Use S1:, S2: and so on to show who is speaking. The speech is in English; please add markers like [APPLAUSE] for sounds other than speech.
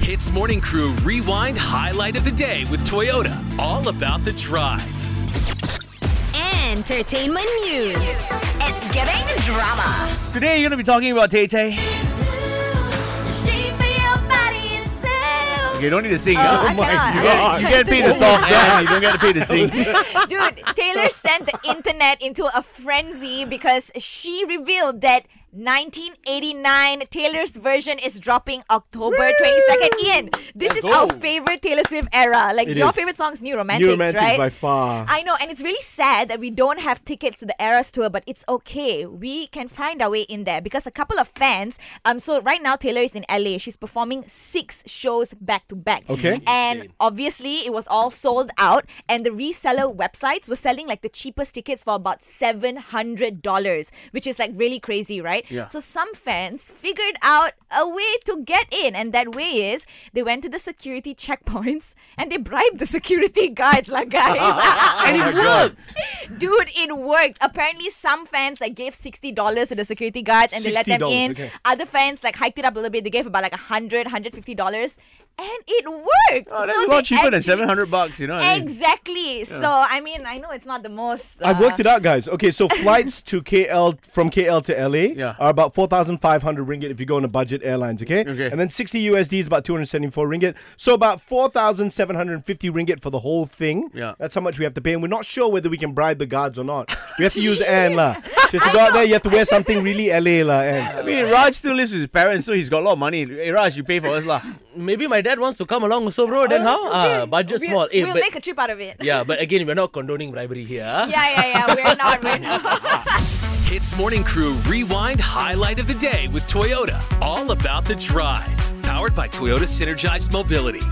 S1: Hits Morning Crew Rewind Highlight of the Day with Toyota. All about the drive.
S2: Entertainment news. It's giving drama.
S3: Today you're gonna be talking about Tay Tay. You don't need to sing.
S2: Oh, I cannot.
S3: You get, you get paid to talk down. You don't get paid
S2: [LAUGHS]
S3: to sing.
S2: Dude, Taylor sent the internet into a frenzy because she revealed that 1989 Taylor's version is dropping October 22nd. Ian, this is our favorite Taylor Swift era. Like your
S4: is.
S2: favorite songs, New Romantics,
S4: New romantics
S2: right?
S4: by far.
S2: I know, and it's really sad that we don't have tickets to the Eras tour, but it's okay. We can find our way in there because a couple of fans. Um, so right now Taylor is in LA. She's performing six shows back to back.
S4: Okay.
S2: And obviously it was all sold out, and the reseller websites were selling like the cheapest tickets for about seven hundred dollars, which is like really crazy, right?
S4: Yeah.
S2: So some fans figured out a way to get in, and that way is they went to the security [LAUGHS] checkpoints and they bribed the security guards, like guys.
S3: and it worked.
S2: Dude, it worked. Apparently, some fans like gave sixty dollars to the security guards and they let them
S4: $60,
S2: in.
S4: okay.
S2: Other fans like hiked it up a little bit. They gave about like 100 150 dollars, and it worked.
S3: Oh, that's
S2: So
S3: a lot
S2: they
S3: cheaper than
S2: actually-
S3: seven hundred bucks. You know. what I mean?
S2: Exactly. So I mean, I know it's not the most. Uh,
S4: I've worked it out, guys.
S3: [LAUGHS]
S4: Okay, so flights to KL from KL to LA
S3: Yeah.
S4: are about four thousand five hundred ringgit if you go on a budget airlines. Okay,
S3: Okay.
S4: and then sixty USD is about two hundred seventy four ringgit. So about four thousand seven hundred fifty ringgit for the whole thing.
S3: Yeah.
S4: that's how much we have to pay, and we're not sure whether we can bribe the guards or not.
S3: [LAUGHS]
S4: We have to use Anne lah. Just to go out there, you have to wear something really LA lah.
S3: I
S4: Anne.
S3: mean, Raj still lives with his parents, so he's got a lot of money. Hey, Raj, you pay for us lah.
S5: Maybe my dad wants to come along also, bro. Then how? Ah, budget
S2: we'll,
S5: small. Eh,
S2: we'll
S5: but,
S2: make a trip out of it.
S5: yeah, but again, we're not condoning bribery here. ah.
S2: yeah, yeah, yeah. We're not. We're
S5: [LAUGHS]
S2: not.
S1: Hits Morning Crew Rewind Highlight of the Day with Toyota. All about the drive. Powered by Toyota Synergized Mobility.